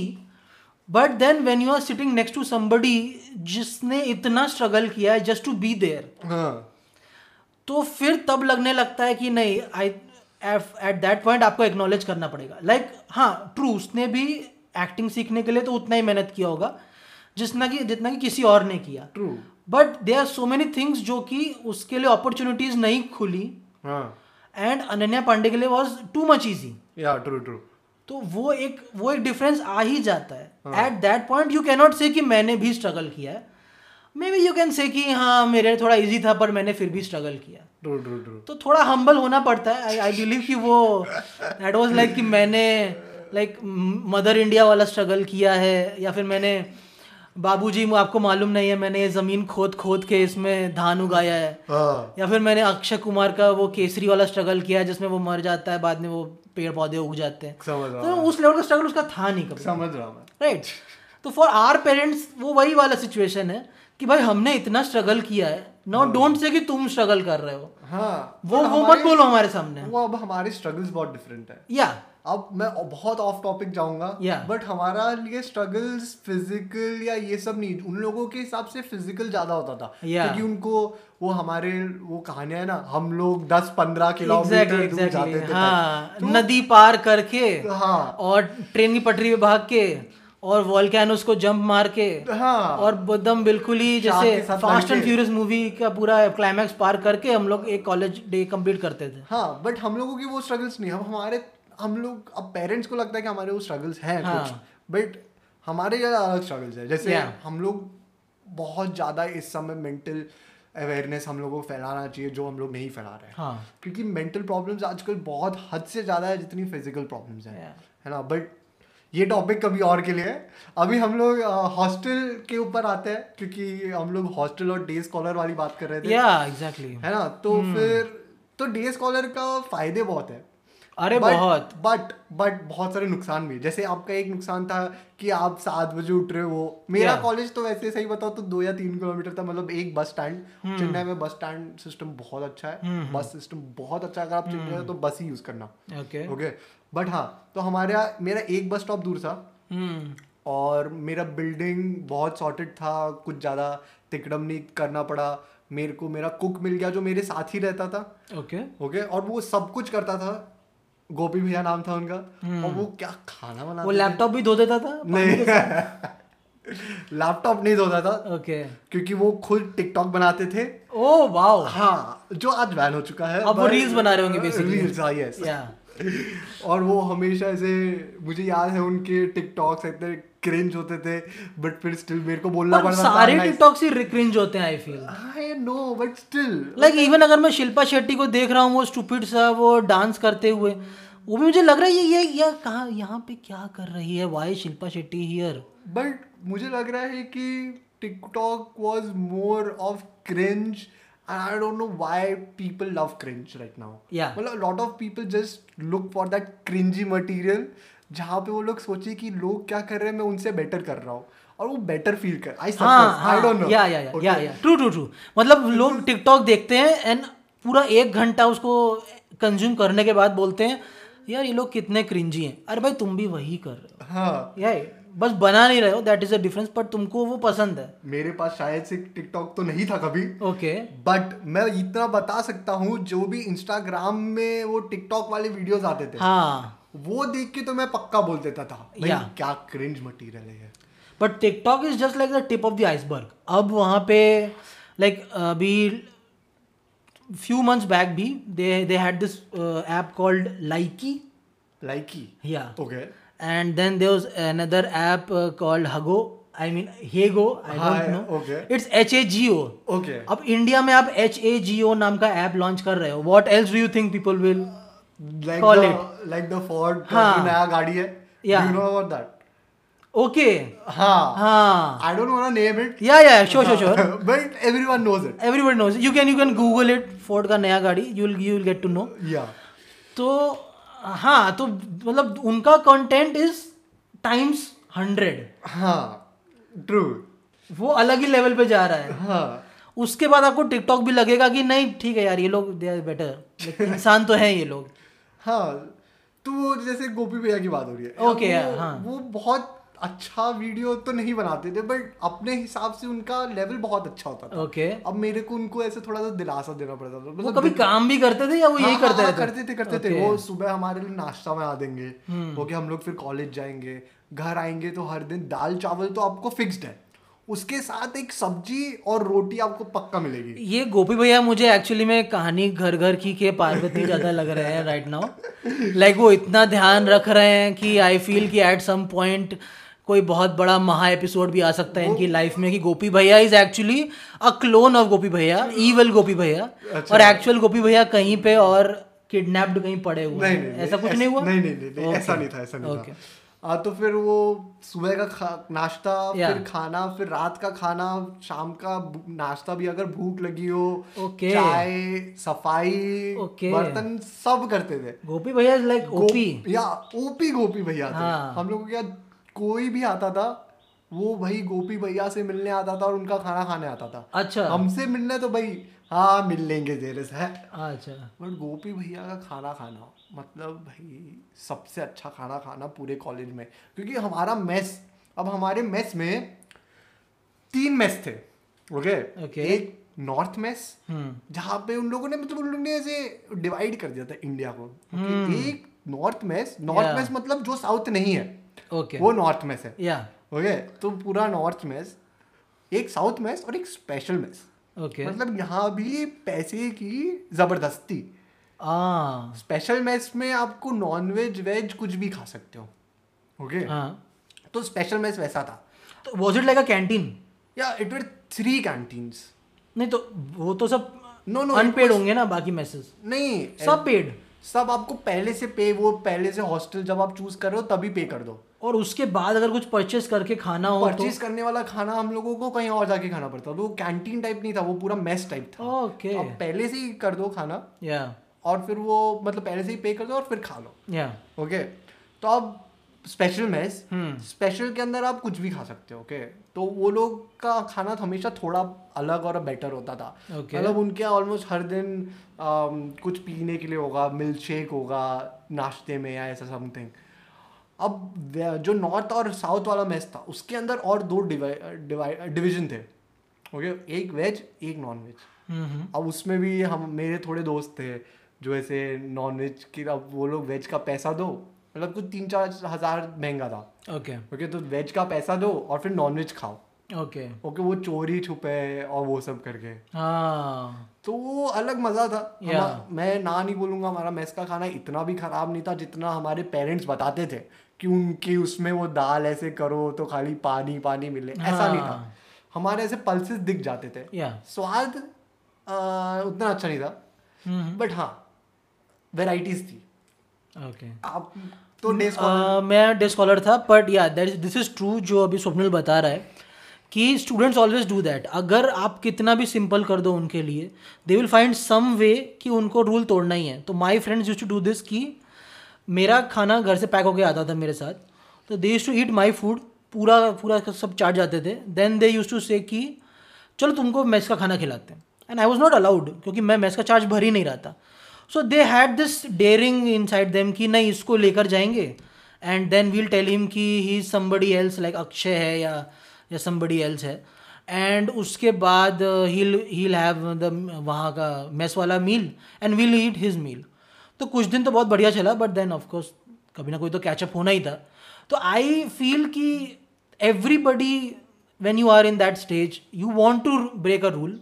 S2: but then when you are sitting next to somebody जिसने इतना स्ट्रगल किया है जस्ट टू बी देयर
S1: हाँ
S2: तो फिर तब लगने लगता है कि नहीं आई एट दैट पॉइंट आपको एक्नॉलेज करना पड़ेगा लाइक like, हाँ ट्रू उसने भी एक्टिंग सीखने के लिए तो उतना ही मेहनत किया होगा जितना कि जितना कि किसी और ने किया
S1: true
S2: but they are so many things जो कि उसके लिए अपॉर्चुनिटीज नहीं खुली
S1: हाँ
S2: एंड अनन्या पांडे के लिए वॉज टू मच ईजी
S1: या ट्रू ट्रू
S2: तो वो एक वो एक डिफरेंस आ ही जाता है at that point you cannot say कि मैंने भी स्ट्रगल किया है maybe you can say कि हाँ मेरे लिए थोड़ा ईजी था पर मैंने फिर भी स्ट्रगल किया
S1: ट्रू ट्रू ट्रू
S2: तो थोड़ा हम्बल होना पड़ता है आई आई बिलीव कि वो दैट वाज लाइक कि मैंने लाइक मदर इंडिया वाला स्ट्रगल किया है या फिर मैंने बाबूजी मु- आपको मालूम नहीं है मैंने ये ज़मीन खोद खोद के इसमें धान उगाया है
S1: हाँ
S2: या फिर मैंने अक्षय कुमार का वो केसरी वाला स्ट्रगल किया है जिसमें वो मर जाता है बाद में वो पेड़ पौधे उग जाते हैं
S1: समझ रहा
S2: तो
S1: हूँ
S2: उस लेवल का स्ट्रगल उसका था नहीं कभी
S1: समझ रहा हूँ मैं
S2: राइट तो फॉर आर पेरेंट्स वो वही वाला सिचुएशन है कि भाई हमने इतना स्ट्रगल किया है नाउ डोंट से कि तुम स्ट्रगल कर रहे हो
S1: हाँ
S2: वो
S1: और
S2: वो मत
S1: हमारे-
S2: बोलो हमारे सामने
S1: वो अब हमारे स्ट्रगल्स बहुत डिफरेंट है
S2: या
S1: अब मैं बहुत ऑफ टॉपिक जाऊंगा
S2: Yeah.
S1: बट हमारा लिए स्ट्रगल्स फिजिकल या ये सब नहीं उन लोगों के हिसाब से फिजिकल ज्यादा होता था
S2: Yeah.
S1: क्योंकि उनको वो हमारे वो कहानियां है ना हम लोग दस पंद्रह किलोमीटर
S2: Exactly,
S1: दूर
S2: exactly.
S1: जाते थे
S2: हाँ
S1: तो-
S2: नदी पार करके
S1: हाँ।
S2: और ट्रेन की पटरी पे भाग के और वॉल्केनोस को जंप मार के
S1: हाँ
S2: और एकदम बिल्कुल ही
S1: शार्क के
S2: जैसे
S1: साथ
S2: फास्ट
S1: लड़के।
S2: एंड फ्यूरियस मूवी का पूरा क्लाइमैक्स पार करके हम लोग एक कॉलेज डे कंप्लीट करते थे
S1: हाँ बट हम लोगों की वो स्ट्रगल्स नहीं है। हम हमारे हम लोग अब पेरेंट्स को लगता है कि हमारे वो स्ट्रगल्स हैं
S2: हाँ।
S1: कुछ बट हमारे ज़्यादा अलग स्ट्रगल्स है जैसे
S2: Yeah.
S1: हम लोग बहुत ज़्यादा इस समय मेंटल अवेयरनेस हम लोगों को फैलाना चाहिए जो हम लोग नहीं फैला रहे हैं
S2: हाँ
S1: क्योंकि मेंटल प्रॉब्लम्स आजकल बहुत हद से ज़्यादा है जितनी फिजिकल प्रॉब्लम्स हैं
S2: Yeah.
S1: है ना बट ये टॉपिक कभी और के लिए है अभी हम लोग हॉस्टल के ऊपर आते हैं क्योंकि हम लोग हॉस्टल और डे स्कॉलर वाली बात कर रहे थे
S2: या एग्जैक्टली
S1: है ना तो
S2: हम्म।
S1: फिर तो डे स्कॉलर का फायदे बहुत है
S2: अरे बहुत।
S1: बट बट बहुत सारे नुकसान भी जैसे आपका एक नुकसान था कि आप सात बजे उठ रहे हो मेरा
S2: Yeah.
S1: कॉलेज तो वैसे सही बताओ तो दो या तीन किलोमीटर था मतलब एक बस स्टैंड
S2: हम्म।
S1: चेन्नई में बस स्टैंड सिस्टम बहुत अच्छा है बस सिस्टम बहुत अच्छा है अगर आप
S2: हम्म।
S1: चेन्नई हो तो बस ही यूज करना
S2: ओके
S1: ओके बट हाँ तो हमारे यहाँ मेरा एक बस स्टॉप दूर था
S2: हम्म
S1: और मेरा बिल्डिंग बहुत सॉर्टेड था कुछ ज़्यादा तिकड़म नहीं करना पड़ा मेरे को मेरा कुक मिल गया जो मेरे साथ ही रहता था
S2: ओके
S1: ओके और वो सब कुछ करता था गोपी भैया नाम था उनका और वो क्या खाना
S2: हम्म। वो
S1: बनाता
S2: लैपटॉप भी धो देता था
S1: नहीं लैपटॉप नहीं धोता था
S2: ओके
S1: क्योंकि वो खुद टिकटॉक बनाते थे
S2: ओ वाओ
S1: हाँ जो आज बैन हो चुका है
S2: अब वो
S1: but-
S2: reels बना रहे होंगे basically.
S1: Reels, हाँ yes.
S2: या
S1: और वो हमेशा ऐसे मुझे याद है उनके टिकटॉक्स इतने क्रिंज होते थे बट फिर स्टिल मेरे को बोलना
S2: पर
S1: पड़ता
S2: सारे
S1: था
S2: टिकटॉक ही रिक्रिंज होते हैं I feel
S1: I know but still
S2: like even अगर मैं शिल्पा शेट्टी को देख रहा हूँ वो स्टूपिड सा वो डांस करते हुए वो भी मुझे लग रहा है ये ये ये कहाँ यहाँ पे क्या कर रही है why Shilpa Shetty here
S1: but मुझे लग रहा है कि TikTok was more of cringe and I don't know why people love cringe right now
S2: Yeah.
S1: मतलब lot of people just look for that cringey material जहाँ पे वो लोग सोचे कि लोग क्या कर रहे हैं मैं उनसे बेटर कर रहा हूँ और वो बेटर फील कर आई
S2: हाँ
S1: I don't know
S2: yeah yeah yeah yeah true true true मतलब लोग टिकटॉक देखते हैं एंड पूरा एक घंटा उसको कंज्यूम करने के बाद बोलते हैं यार ये लोग कितने क्रिंजी हैं अरे भाई तुम भी वही कर रहे
S1: हाँ
S2: हो यार बस बना नहीं रहे हो दैट इज अ डिफरेंस पर तुमको वो पसंद है
S1: मेरे पास शायद से टिकटॉक तो नहीं था कभी
S2: ओके
S1: बट मैं इतना बता सकता हूँ जो भी इंस्टाग्राम में वो टिकटॉक वाले वीडियोस आते थे
S2: हाँ
S1: वो देख के तो मैं पक्का बोल देता था भाई
S2: Yeah.
S1: क्या क्रिंज मटेरियल है ये।
S2: But TikTok is just like the tip of the iceberg अब वहाँ पे लाइक अभी फ्यू मंथ्स बैक भी they they had this app called Likee
S1: Likee
S2: yeah
S1: okay
S2: and then there was another app called Hago I mean Hago I
S1: हाँ,
S2: don't know
S1: okay.
S2: It's H A G O
S1: okay
S2: अब इंडिया में आप एच ए जी ओ नाम का ऐप लॉन्च कर रहे हो what else do you think people will
S1: like
S2: Call
S1: the like the Ford का
S2: हाँ.
S1: जो नया गाड़ी है
S2: Yeah.
S1: You know about that
S2: okay
S1: हां
S2: हाँ
S1: I don't want to name it
S2: yeah yeah sure sure
S1: हाँ.
S2: Sure
S1: but everyone knows it
S2: everyone knows you can you can Google it Ford का नया गाड़ी you will you will get to know
S1: yeah
S2: तो हाँ तो मतलब उनका कंटेंट इज टाइम्स हंड्रेड
S1: हाँ। हां ट्रू
S2: वो अलग ही लेवल पे जा रहा है
S1: हां
S2: उसके बाद आपको टिकटॉक भी लगेगा कि नहीं ठीक है यार ये लोग दे आर बेटर इंसान तो हैं ये लोग
S1: हाँ तो वो जैसे गोपी भैया की बात हो रही है अब
S2: Okay,
S1: वो,
S2: हाँ.
S1: वो बहुत अच्छा वीडियो तो नहीं बनाते थे बट अपने हिसाब से उनका लेवल बहुत अच्छा होता था
S2: ओके
S1: अब मेरे को उनको ऐसे थोड़ा सा दिलासा देना पड़ता था मतलब
S2: वो कभी काम भी करते थे या वो यही
S1: हाँ,
S2: करते
S1: हाँ,
S2: रहते
S1: करते थे करते थे
S2: Okay. हम्म।
S1: वो सुबह हमारे लिए नाश्ता बना देंगे ओके हम लोग फिर कॉलेज जाएंगे घर आएंगे तो हर दिन दाल चावल तो आपको फिक्स्ड है उसके साथ एक सब्जी और रोटी आपको पक्का मिलेगी
S2: ये गोपी भैया मुझे एक्चुअली में कहानी घर घर की के पार्वती ज्यादा लग रहे हैं राइट नाउ लाइक वो इतना ध्यान रख रहे हैं कि आई फील कि एट सम पॉइंट कोई बहुत बड़ा महा एपिसोड भी आ सकता है इनकी लाइफ में कि गोपी भैया is actually a clone of Gopi भैया ईवल गोपी भैया
S1: अच्छा।
S2: और एक्चुअल गोपी भैया कहीं पे और किडनैप्ड कहीं पड़े हुए
S1: नहीं
S2: हैं
S1: नहीं
S2: ऐसा कुछ
S1: ऐस-
S2: नहीं हुआ
S1: नहीं नहीं नहीं, नहीं
S2: Okay.
S1: ऐसा नहीं था ऐसा नहीं
S2: Okay.
S1: था आ, तो फिर वो सुबह का खा- नाश्ता
S2: Yeah.
S1: फिर खाना फिर रात का खाना शाम का भू- नाश्ता भी अगर भूख लगी हो
S2: Okay.
S1: चाय सफाई
S2: Okay.
S1: बर्तन सब करते थे
S2: गोपी भैया इज लाइक ओपी
S1: गोप- या ओपी गोपी भैया थे
S2: हाँ।
S1: हम लोगों के यहाँ कोई भी आता था वो भाई गोपी भैया से मिलने आता था और उनका खाना खाने आता था
S2: अच्छा
S1: हमसे मिलने तो भाई हाँ मिल लेंगे देर से
S2: अच्छा
S1: बट गोपी भैया का खाना खाना मतलब भाई सबसे अच्छा खाना खाना पूरे कॉलेज में क्योंकि हमारा मेस अब हमारे मेस में तीन मेस थे ओके
S2: Okay.
S1: एक नॉर्थ मेस
S2: हम्म
S1: जहाँ पे उन लोगों ने मतलब उन लोगों ने ऐसे डिवाइड कर दिया था इंडिया को कि एक north mess north
S2: Hmm. Yeah.
S1: Mess मतलब जो साउथ नहीं है
S2: ओके
S1: वो नॉर्थ मेस है
S2: या
S1: ओके तो पूरा नॉर्थ मेस एक साउथ मेस और एक स्पेशल मेस
S2: ओके
S1: मतलब यहाँ भी पैसे की जबरदस्ती मतलब-
S2: हाँ
S1: स्पेशल मेस में आपको नॉन वेज वेज कुछ भी खा सकते हो ओके
S2: हाँ
S1: तो स्पेशल मेस वैसा था
S2: तो was it like a canteen
S1: या इट वर थ्री कैंटीन्स
S2: नहीं तो वो तो सब
S1: No, no,
S2: अनपेड होंगे ना बाकी मैसेज
S1: नहीं
S2: सब पेड
S1: सब आपको पहले से पे वो पहले से हॉस्टल जब आप चूज कर रहे हो तभी पे कर दो
S2: और उसके बाद अगर कुछ परचेस करके खाना हो हाँ, तो
S1: परचेज करने वाला खाना हम लोगों को कहीं और जाके खाना पड़ता था तो वो कैंटीन टाइप नहीं था वो पूरा मेस टाइप था
S2: ओके
S1: तो आप पहले से ही कर दो खाना
S2: या
S1: और फिर वो मतलब पहले से ही पे कर दो और फिर खा लो
S2: या
S1: ओके तो आप स्पेशल मेस
S2: हम्म।
S1: स्पेशल के अंदर आप कुछ भी खा सकते हो ओके तो वो लोग का खाना तो हमेशा थोड़ा अलग और बेटर होता था
S2: Okay.
S1: मतलब उनके ऑलमोस्ट हर दिन अम, कुछ पीने के लिए होगा मिल्क शेक होगा नाश्ते में या ऐसा समथिंग अब वे- जो नॉर्थ और साउथ वाला मेस था उसके अंदर और दो डिवीजन थे ओके एक वेज एक नॉन वेज
S2: हम्म
S1: अब उसमें भी हम मेरे थोड़े दोस्त थे जो ऐसे नॉन वेज की अब वो लोग वेज का पैसा दो मतलब कुछ तीन चार हज़ार महंगा था
S2: ओके
S1: ओके तो वेज का पैसा दो और फिर नॉन वेज खाओ
S2: ओके
S1: ओके वो चोरी छुपे और वो सब करके
S2: हाँ
S1: तो वो अलग मज़ा था
S2: Yeah.
S1: हमा- मैं ना नहीं बोलूँगा हमारा मेस का खाना इतना भी ख़राब नहीं था जितना हमारे पेरेंट्स बताते थे कि उनकी उसमें वो दाल ऐसे करो तो खाली पानी पानी मिले ऐसा नहीं था
S2: हाँ।
S1: हमारे ऐसे पल्सेस दिख जाते थे
S2: या
S1: स्वाद अ, उतना अच्छा नहीं था
S2: हम्म
S1: बट हाँ वेराइटीज थी
S2: ओके
S1: आप तो डेस्क
S2: अ, Uh, मैं डे स्कॉलर था but yeah that this is true जो अभी स्वप्निल बता रहा है कि स्टूडेंट्स ऑलवेज डू दैट अगर आप कितना भी सिंपल कर दो उनके लिए they will find some way कि उनको रूल तोड़ना ही है तो my friends use to do this कि मेरा खाना घर से पैक होके आता था मेरे साथ तो they use to eat my food पूरा पूरा सब चाट जाते थे then they use to say कि चलो तुमको मेस का खाना खिलाते हैं and I was not allowed क्योंकि मैं मेस का चार्ज भर ही नहीं रहा था so they had this daring inside them कि नहीं इसको लेकर जाएंगे and then we'll tell him कि he somebody else like Akshay है या या समबडी एल्स है एंड उसके बाद uh, he'll he'll have the वहाँ का मेस वाला meal and will eat his meal तो कुछ दिन तो बहुत बढ़िया चला बट देन ऑफकोर्स कभी ना कभी तो कैचअप होना ही था तो आई फील कि everybody when you are in that stage you want to break a rule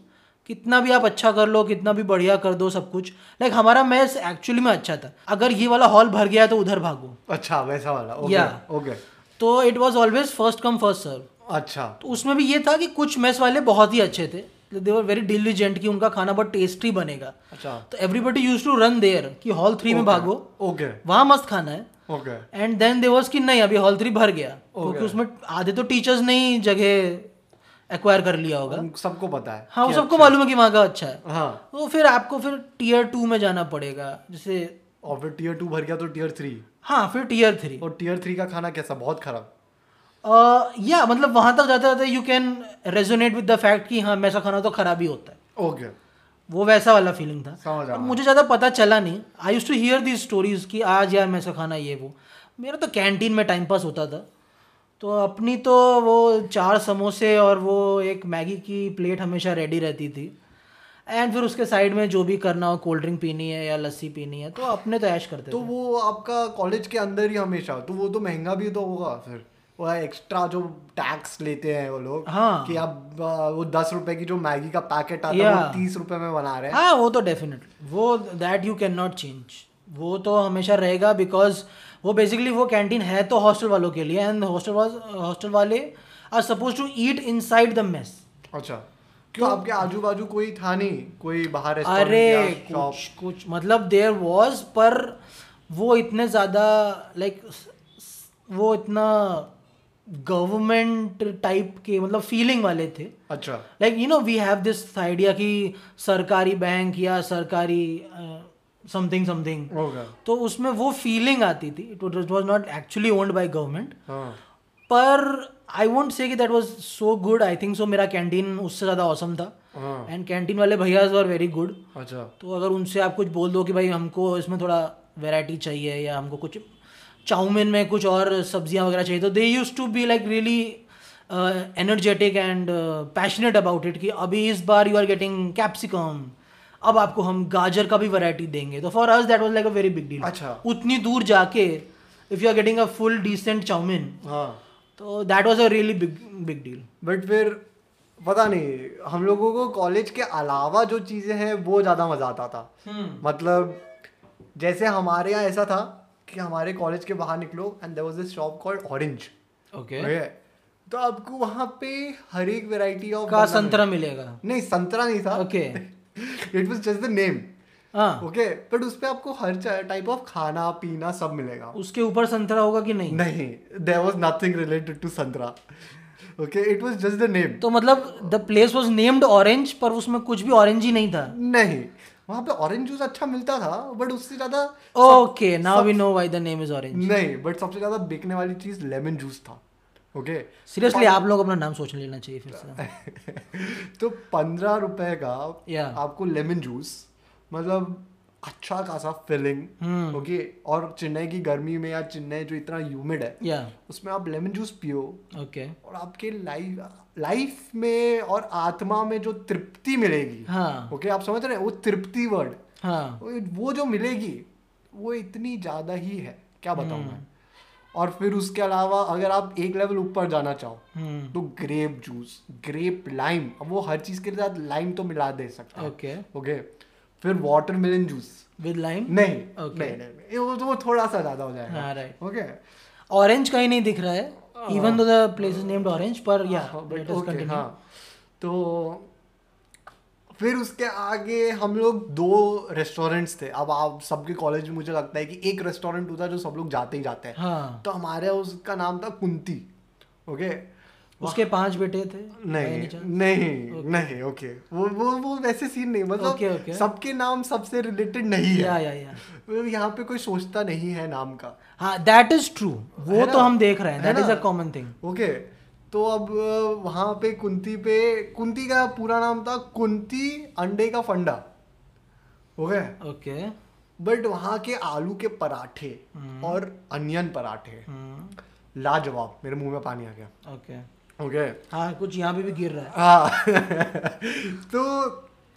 S2: कितना भी आप अच्छा कर लो कितना भी बढ़िया कर दो सब कुछ लाइक like, हमारा मैच एक्चुअली में अच्छा था अगर ये वाला हॉल भर गया तो उधर भागो
S1: अच्छा वैसा वाला ओके
S2: Yeah.
S1: ओके
S2: तो it was always first come first serve
S1: अच्छा
S2: तो उसमें भी ये था कि कुछ मैच वाले बहुत ही अच्छे थे दे वर वेरी डिलीजेंट कि उनका खाना बहुत टेस्टी बनेगा
S1: अच्छा
S2: तो everybody use to run there कि हॉल थ्री में
S1: Okay.
S2: भागो
S1: ओके
S2: वहाँ मस्त खाना है
S1: okay
S2: and then they was कि नहीं अभी हॉल थ्री भर गया क्योंकि
S1: गया।
S2: उसमें आधे तो टीचर्स ने ही जगह एक्वायर कर लिया होगा
S1: हम सबको पता है
S2: हाँ वो सबको मालूम है कि वहाँ का अच्छा है
S1: हाँ
S2: तो फिर आपको फिर टीयर टू में जाना पड़ेगा जैसे
S1: और फिर टीयर टू भर गया तो टीयर थ्री
S2: हाँ फिर टीयर थ्री
S1: और टीयर थ्री का खाना कैसा बहुत खराब
S2: या मतलब वहाँ तक जाते जाते you can resonate with the fact कि हाँ वैसा खाना तो खराब ही होता है
S1: ओके
S2: वो वैसा वाला फीलिंग था
S1: समझ
S2: पर
S1: रहा
S2: मुझे ज़्यादा पता चला नहीं I use to hear these stories कि आज यार मैसा खाना ये वो मेरा तो कैंटीन में टाइम पास होता था तो अपनी तो वो चार समोसे और वो एक मैगी की प्लेट हमेशा रेडी रहती थी एंड फिर उसके साइड में जो भी करना हो कोल्ड ड्रिंक पीनी है या लस्सी पीनी है तो अपने तो ऐश करते
S1: तो
S2: थे
S1: वो आपका कॉलेज के अंदर ही हमेशा तो वो तो महंगा भी तो होगा फिर वो एक्स्ट्रा जो टैक्स लेते हैं वो लोग
S2: हाँ।
S1: कि आप आ, वो दस रुपए की जो मैगी का पैकेट आता है वो
S2: Yeah.
S1: तीस रुपए में बना रहे हैं
S2: हाँ वो तो डेफिनेटली वो that you can not change वो तो हमेशा रहेगा बिकॉज वो बेसिकली वो कैंटीन है तो हॉस्टल वालों के लिए एंड हॉस्टल हॉस्टल वाले are suppose to eat inside the mess
S1: अच्छा क्यों आपके आजू बाजू कोई था नहीं कोई बाहर restaurant या
S2: अरे
S1: shop?
S2: कुछ कुछ मतलब देयर वॉज पर वो इतने ज़्यादा लाइक वो इतना गवर्नमेंट टाइप के मतलब फीलिंग वाले थे
S1: अच्छा
S2: like you know we have this idea कि सरकारी बैंक या सरकारी uh, समथिंग समथिंग
S1: होगा
S2: तो उसमें वो फीलिंग आती थी it was not actually owned by government
S1: हाँ
S2: पर आई वोंट से कि that was so good I think so मेरा कैंटीन उससे ज़्यादा औसम था
S1: हाँ।
S2: एंड कैंटीन वाले भैया वर वेरी गुड
S1: अच्छा
S2: तो अगर उनसे आप कुछ बोल दो कि भाई हमको इसमें थोड़ा वैरायटी चाहिए या हमको कुछ चाउमीन में कुछ और सब्जियां वगैरह चाहिए तो they use to be like really uh, energetic and passionate about it कि अभी इस बार यू आर गेटिंग कैप्सिकम अब आपको हम गाजर का भी वैरायटी देंगे तो for us that was like a very big deal
S1: अच्छा।
S2: उतनी दूर जाके if you are getting a full decent chow mein
S1: हाँ
S2: तो that was a really big big deal
S1: but फिर पता नहीं हम लोगों को कॉलेज के अलावा जो चीज़ें हैं वो ज़्यादा मज़ा आता था मतलब जैसे हमारे यहाँ ऐसा था कि हमारे कॉलेज के बाहर निकलो and there was this shop called orange
S2: okay
S1: तो आपको वहाँ पे हर एक वेराइटी ऑफ
S2: का संतरा मिलेगा
S1: नहीं संतरा नहीं था
S2: okay
S1: it was just the name
S2: हाँ
S1: ओके बट उस पे आपको हर टाइप ऑफ खाना पीना सब मिलेगा
S2: उसके ऊपर संतरा होगा कि नहीं
S1: नहीं there was nothing related to santra okay it was just the name
S2: तो मतलब the place was named orange पर उसमें कुछ भी ऑरेंज ही नहीं था
S1: नहीं वहाँ पे ऑरेंज जूस अच्छा मिलता था बट उससे ज्यादा
S2: okay now we know why the name is orange
S1: नहीं बट सबसे ज्यादा बिकने वाली चीज लेमन जूस था ओके
S2: सीरियसली आप लोग अपना नाम सोच लेना चाहिए फिर से
S1: तो पंद्रह रुपए का
S2: Yeah.
S1: आपको लेमन जूस मतलब अच्छा खासा फिलिंग
S2: हम्म।
S1: ओके और चेन्नई की गर्मी में या चेन्नई जो इतना ह्यूमिड है
S2: या
S1: उसमें आप लेमन जूस पियो
S2: ओके
S1: और आपके लाइफ लाइफ में और आत्मा में जो तृप्ति मिलेगी
S2: हाँ
S1: ओके आप समझ रहे हैं वो तृप्ति वर्ड
S2: हाँ
S1: वो वो जो मिलेगी वो इतनी ज़्यादा ही है क्या बताऊँ
S2: हम्म।
S1: मैं और फिर उसके अलावा अगर आप एक लेवल ऊपर जाना चाहो
S2: हम्म
S1: तो ग्रेप जूस ग्रेप लाइम अब वो हर चीज़ के साथ लाइम तो मिला दे सकता है
S2: ओके
S1: ओके फिर वाटरमेलन जूस
S2: विद लाइम
S1: नहीं
S2: Okay.
S1: नहीं नहीं नहीं, वो वो थोड़ा सा ज़्यादा हो जाएगा
S2: हाँ राइट
S1: ओके
S2: ऑरेंज कहीं नहीं दिख रहा है even though the place is named orange पर या लेट अस
S1: ओके
S2: कंटिन्यू
S1: हाँ, हाँ तो फिर उसके आगे हम लोग दो रेस्टोरेंट्स थे अब आप सबके कॉलेज में मुझे लगता है कि एक रेस्टोरेंट होता है जो सब लोग जाते ही जाते हैं
S2: हाँ
S1: तो हमारे उसका नाम था कुंती ओके
S2: उसके पाँच बेटे थे
S1: नहीं नहीं नहीं ओके वो वो वो वैसे सीन नहीं
S2: Okay, okay.
S1: मतलब सबके नाम सबसे रिलेटेड नहीं
S2: या
S1: है
S2: या या
S1: यहाँ पे कोई सोचता नहीं है नाम का
S2: हाँ दैट इज ट्रू वो
S1: है
S2: तो
S1: ना?
S2: हम देख रहे हैं
S1: है
S2: दैट इज
S1: ना?
S2: अ कॉमन थिंग
S1: ओके तो अब अ, वहाँ पे कुंती पे कुंती का पूरा नाम था कुंती अंडे का फंडा ओके
S2: ओके
S1: बट वहाँ के आलू के पराठे
S2: हम्म।
S1: और अनियन पराठे लाजवाब मेरे मुंह में पानी आ गया
S2: ओके
S1: ओके
S2: हाँ कुछ यहाँ पे भी गिर रहा है
S1: हाँ तो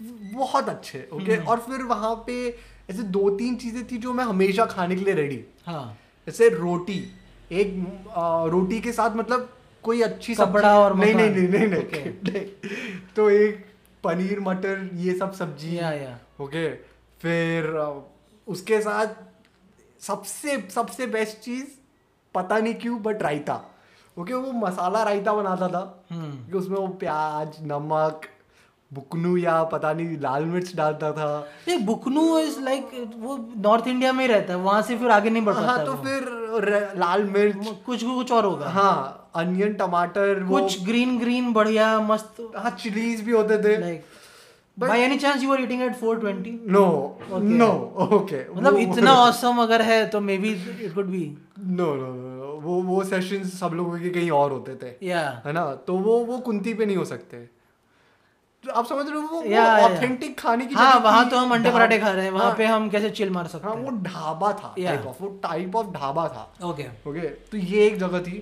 S1: बहुत अच्छे ओके
S2: हम्म।
S1: और फिर वहाँ पे ऐसे दो तीन चीज़ें थी जो मैं हमेशा खाने के लिए रेडी
S2: हाँ
S1: जैसे रोटी एक आ, रोटी के साथ मतलब कोई अच्छी सब्जी-
S2: कपड़ा और
S1: नहीं नहीं
S2: मकान।
S1: नहीं नहीं नहीं,
S2: Okay.
S1: नहीं। तो एक पनीर मटर ये सब सब्जी
S2: या या
S1: ओके फिर आ, उसके साथ सबसे सबसे बेस्ट चीज़ पता नहीं क्यों बट रायता ओके वो मसाला रायता बनाता था
S2: हम्म
S1: कि उसमें वो प्याज नमक बुकनू या पता नहीं लाल मिर्च डालता था
S2: ये बुकनू इज लाइक वो नॉर्थ इंडिया में ही रहता है वहां से फिर आगे नहीं बढ़ पाता
S1: हाँ तो
S2: वो।
S1: फिर र- लाल मिर्च
S2: कुछ कुछ और होगा
S1: हाँ अनियन टमाटर वो
S2: कुछ ग्रीन ग्रीन बढ़िया मस्त
S1: हाँ चिलीज भी होते थे
S2: like by any chance you are eating at 420
S1: no no okay
S2: मतलब इतना ऑसम अगर है तो maybe it could be
S1: no no no वो वो सेशन सब लोगों के कहीं और होते थे
S2: या
S1: है ना तो वो वो कुंती पे नहीं हो सकते तो आप समझ रहे हो वो
S2: या, या।
S1: ऑथेंटिक खाने की
S2: हाँ
S1: जगह
S2: वहां
S1: थी,
S2: तो हम अंडे
S1: ढाब-
S2: पराठे खा रहे हैं वहां
S1: हाँ,
S2: पे हम कैसे चिल मार
S1: हाँ
S2: सकते
S1: वो ढाबा था
S2: या।
S1: टाइप ऑफ वो टाइप ऑफ ढाबा था
S2: हैं ओके
S1: ओके तो ये एक जगह थी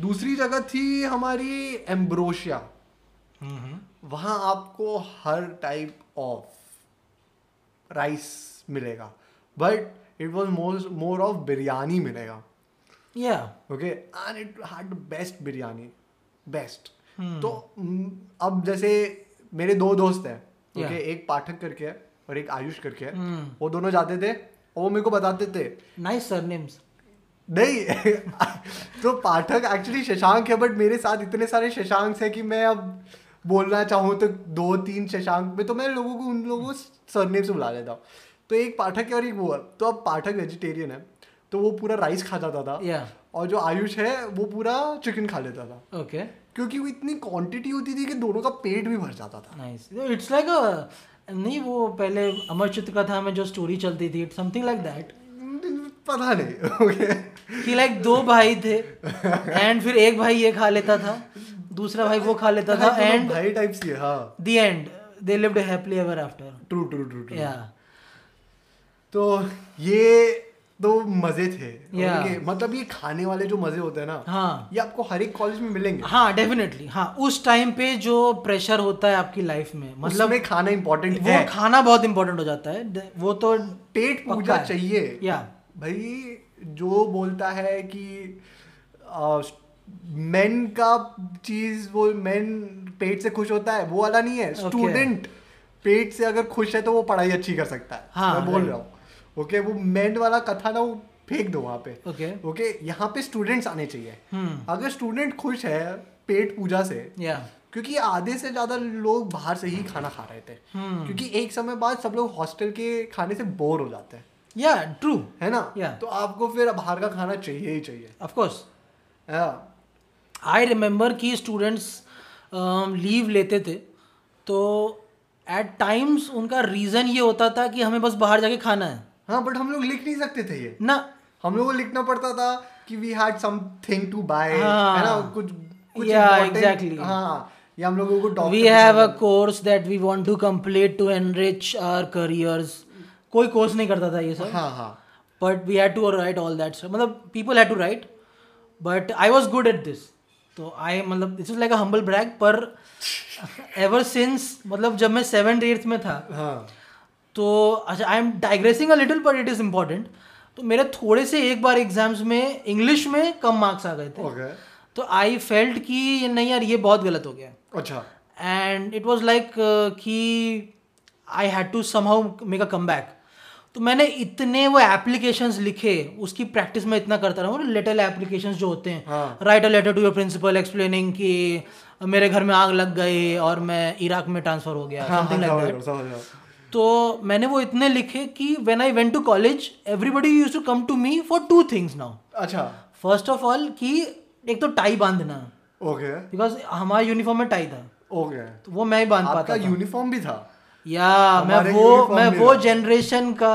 S1: दूसरी जगह थी हमारी एम्ब्रोशिया
S2: Mm-hmm.
S1: वहाँ आपको हर टाइप ऑफ राइस मिलेगा but it was more more of biryani मिलेगा
S2: या
S1: okay and it had best biryani best
S2: Hmm.
S1: तो mm, अब जैसे मेरे दो दोस्त हैं ओके
S2: Yeah.
S1: एक पाठक करके है और एक आयुष करके है
S2: Hmm.
S1: वो दोनों जाते थे और वो मेरे को बताते थे
S2: नाइस सरनेम्स
S1: नहीं तो पाठक एक्चुअली शशांक है बट मेरे साथ इतने सारे शशांक है कि मैं अब बोलना चाहूँ तो दो तीन शशांक में तो मैं लोगों को उन लोगों को सरनेम से बुला लेता हूँ तो एक पाठक है और एक वो है तो अब पाठक वेजिटेरियन है तो वो पूरा राइस खा जाता था
S2: या
S1: और जो आयुष है वो पूरा चिकन खा लेता था
S2: ओके
S1: क्योंकि वो इतनी क्वांटिटी होती थी कि दोनों का पेट भी भर जाता था
S2: नाइस इट्स लाइक अ नहीं वो पहले अमरचित्र कथा में जो स्टोरी चलती थी इट्स समथिंग लाइक दैट
S1: पता नहीं ओके
S2: कि लाइक दो भाई थे एंड फिर
S1: तो
S2: एक भाई ये खा लेता था दूसरा भाई वो खा लेता था एंड
S1: भाई टाइप से हाँ
S2: the end they lived happily ever after
S1: true true true true
S2: या
S1: तो ये तो मजे थे
S2: Yeah.
S1: उनके- मतलब ये खाने वाले जो मजे होते हैं ना
S2: हाँ
S1: ये आपको हर एक कॉलेज में मिलेंगे
S2: हाँ डेफिनेटली हाँ उस टाइम पे जो प्रेशर होता है आपकी लाइफ में
S1: मतलब
S2: मतलब
S1: में खाना इम्पोर्टेंट
S2: वो
S1: है
S2: खाना बहुत इंपॉर्टेंट हो जाता है द- वो तो
S1: पेट
S2: पक्का
S1: पूजा
S2: है।
S1: चाहिए
S2: या
S1: भाई जो बोलता है कि मेन का चीज वो मेन पेट से खुश होता है वो वाला नहीं है
S2: Okay.
S1: स्टूडेंट पेट से अगर खुश है तो वो पढ़ाई अच्छी कर सकता है
S2: हाँ,
S1: मैं बोल
S2: right.
S1: रहा हूँ ओके वो मेन वाला कथा ना वो फेंक दो वहाँ पे
S2: ओके
S1: ओके यहाँ पे स्टूडेंट्स आने चाहिए
S2: हम्म
S1: अगर स्टूडेंट खुश है पेट पूजा से
S2: या
S1: क्योंकि आधे से ज्यादा लोग बाहर से ही खाना खा रहे थे
S2: हम्म
S1: क्योंकि एक समय बाद सब लोग हॉस्टल के खाने से बोर हो जाते हैं
S2: या ट्रू
S1: है ना
S2: Yeah.
S1: तो आपको फिर बाहर का खाना चाहिए ही चाहिए
S2: ऑफ कोर्स
S1: है ना?
S2: आई रिमेंबर कि स्टूडेंट्स लीव लेते थे तो एट टाइम्स उनका रीज़न ये होता था कि हमें बस बाहर जाके खाना है
S1: हाँ बट हम लोग लिख नहीं सकते थे ये
S2: ना
S1: हम लोग को लिखना पड़ता था कि we had something to buy
S2: हाँ।
S1: है ना कुछ कुछ
S2: Yeah,
S1: important-
S2: exactly.
S1: हाँ या हम लोगों को
S2: we
S1: doctor
S2: have a course that we want to complete to enrich our careers कोई कोर्स नहीं करता था ये सब
S1: हाँ हाँ
S2: but we had to write all that मतलब people had to write but I was good at this तो आई मतलब this is like a humble brag पर एवर सिंस मतलब जब मैं सेवन एट्थ में था
S1: हाँ
S2: तो अच्छा I am digressing a little but it is important तो मेरे थोड़े से एक बार एग्जाम्स में इंग्लिश में कम मार्क्स आ गए थे
S1: ओके
S2: तो आई फेल्ट कि ये नहीं यार ये बहुत गलत हो गया
S1: अच्छा
S2: and it was like uh, कि I had to somehow make a comeback तो मैंने इतने वो एप्लीकेशंस लिखे उसकी प्रैक्टिस मैं इतना करता रहा हूँ लेटर एप्लीकेशंस जो होते हैं
S1: हाँ
S2: write a letter to your principal explaining कि मेरे घर में आग लग गई और मैं इराक में ट्रांसफ़र हो गया
S1: हाँ हाँ
S2: something like
S1: समझ
S2: that.
S1: रहा हूँ, समझ रहा हूँ।
S2: तो मैंने वो इतने लिखे कि when I went to college everybody use to come to me for two things now
S1: अच्छा
S2: फर्स्ट ऑफ ऑल कि एक तो टाई बांधना
S1: ओके
S2: बिकॉज हमारे यूनिफॉर्म में टाई था
S1: ओके
S2: तो वो मैं ही बांध
S1: आपका
S2: पाता था
S1: यूनिफॉर्म भी था
S2: या मैं
S1: हमारे
S2: वो
S1: uniform
S2: मैं
S1: में
S2: वो
S1: था।
S2: जनरेशन का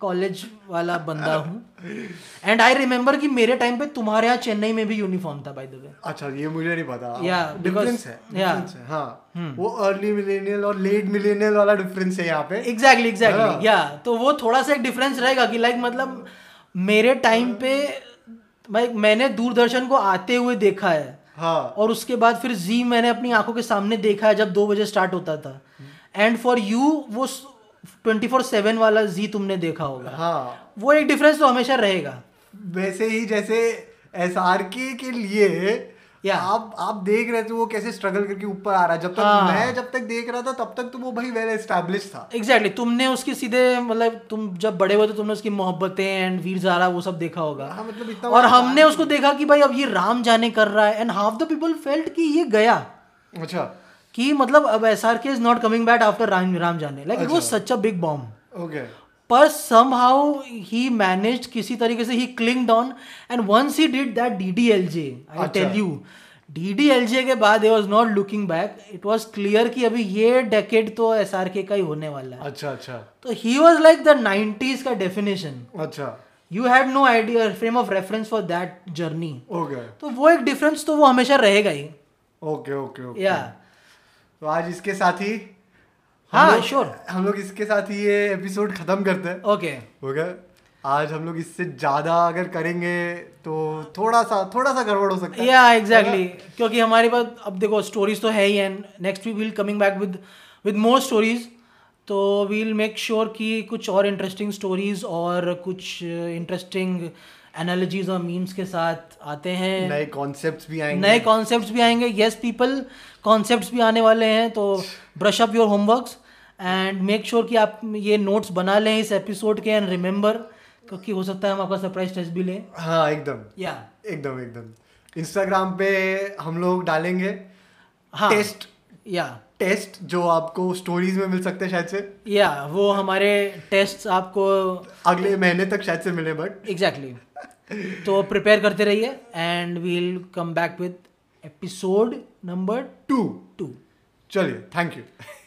S2: कॉलेज वाला बंदा हूँ एंड आई रिमेम्बर कि मेरे टाइम पे तुम्हारे यहाँ चेन्नई में भी यूनिफॉर्म था बाय द वे
S1: अच्छा ये मुझे नहीं पता
S2: Yeah, because-
S1: डिफरेंस है
S2: yeah. Hmm.
S1: डिफरेंस है हाँ वो अर्ली मिलेनियल और लेट मिलेनियल वाला डिफरेंस है यहाँ पे
S2: एग्जैक्टली
S1: हाँ।
S2: एग्जैक्टली या तो वो थोड़ा सा एक डिफरेंस रहेगा कि लाइक मतलब मेरे टाइम पे मैं मैंने दूरदर्शन को आते हुए देखा है
S1: हाँ
S2: और उसके बाद फिर जी मैंने अपनी आंखों के सामने देखा है जब दो बजे स्टार्ट होता था एंड फॉर यू वो ट्वेंटी फोर सेवन वाला जी तुमने देखा होगा
S1: हाँ
S2: वो एक डिफरेंस तो हमेशा रहेगा
S1: वैसे ही जैसे एस आर के के लिए
S2: Yeah.
S1: आप आप देख रहे थे वो कैसे स्ट्रगल करके ऊपर आ रहा है जब तक
S2: हाँ।
S1: मैं जब तक देख रहा था तब तक तो वो भाई वेल एस्टेब्लिश था
S2: एग्जैक्टली exactly, तुमने उसकी सीधे मतलब तुम जब बड़े हुए तो तुमने उसकी मोहब्बतें एंड वीर जारा वो सब देखा होगा
S1: हाँ, मतलब इतना
S2: और
S1: बड़ा
S2: हमने उसको देखा कि भाई अब ये राम जाने कर रहा है and half the people felt कि ये गया
S1: अच्छा
S2: कि मतलब अब S R K is not coming back after Ram Ram Jaane like it was
S1: अच्छा।
S2: Such a big bomb
S1: okay
S2: पर सम हाउ ही मैनेज किसी तरीके से ही cling on and once he did that D D L J आई
S1: अच्छा।
S2: Tell you D D L J के बाद was not looking back it was clear कि अभी ये डेकेड तो एस आर के का ही होने वाला है
S1: अच्छा अच्छा
S2: तो he was like the nineties का डेफिनेशन
S1: अच्छा
S2: you had no idea frame of reference for that journey
S1: okay
S2: तो वो एक डिफरेंस तो वो हमेशा रहेगा ही
S1: ओके ओके ओके
S2: या
S1: तो आज इसके साथ ही हम
S2: हाँ
S1: लोग-
S2: श्योर
S1: हम लोग इसके साथ ही ये एपिसोड खत्म करते हैं
S2: ओके
S1: ओके आज हम लोग इससे ज्यादा अगर करेंगे तो थोड़ा सा थोड़ा सा गड़बड़ हो सकता है
S2: या एग्जैक्टली क्योंकि हमारे पास अब देखो स्टोरीज तो है ही and next we will coming back with with more stories तो वी विल मेक श्योर कि कुछ और इंटरेस्टिंग स्टोरीज और कुछ इंटरेस्टिंग एनालॉजीज और मीम्स के साथ आते हैं
S1: नए कॉन्सेप्ट्स भी आएंगे
S2: नए कॉन्सेप्ट्स भी आएंगे यस पीपल कॉन्सेप्ट्स भी आने वाले हैं तो brush up your homeworks and make sure कि आप ये नोट्स बना लें इस एपिसोड के एंड रिमेंबर क्योंकि हो सकता है हम आपका सरप्राइज टेस्ट भी लें
S1: हाँ एकदम
S2: या
S1: एकदम एकदम इंस्टाग्राम पे हम लोग डालेंगे
S2: हाँ
S1: टेस्ट
S2: या
S1: टेस्ट जो आपको स्टोरीज में मिल सकते हैं शायद से
S2: या वो हमारे टेस्ट आपको
S1: अगले महीने तक शायद से मिले बट
S2: एग्जैक्टली exactly. तो प्रिपेयर करते रहिए and we'll come back with episode number
S1: two
S2: two
S1: चलिए थैंक यू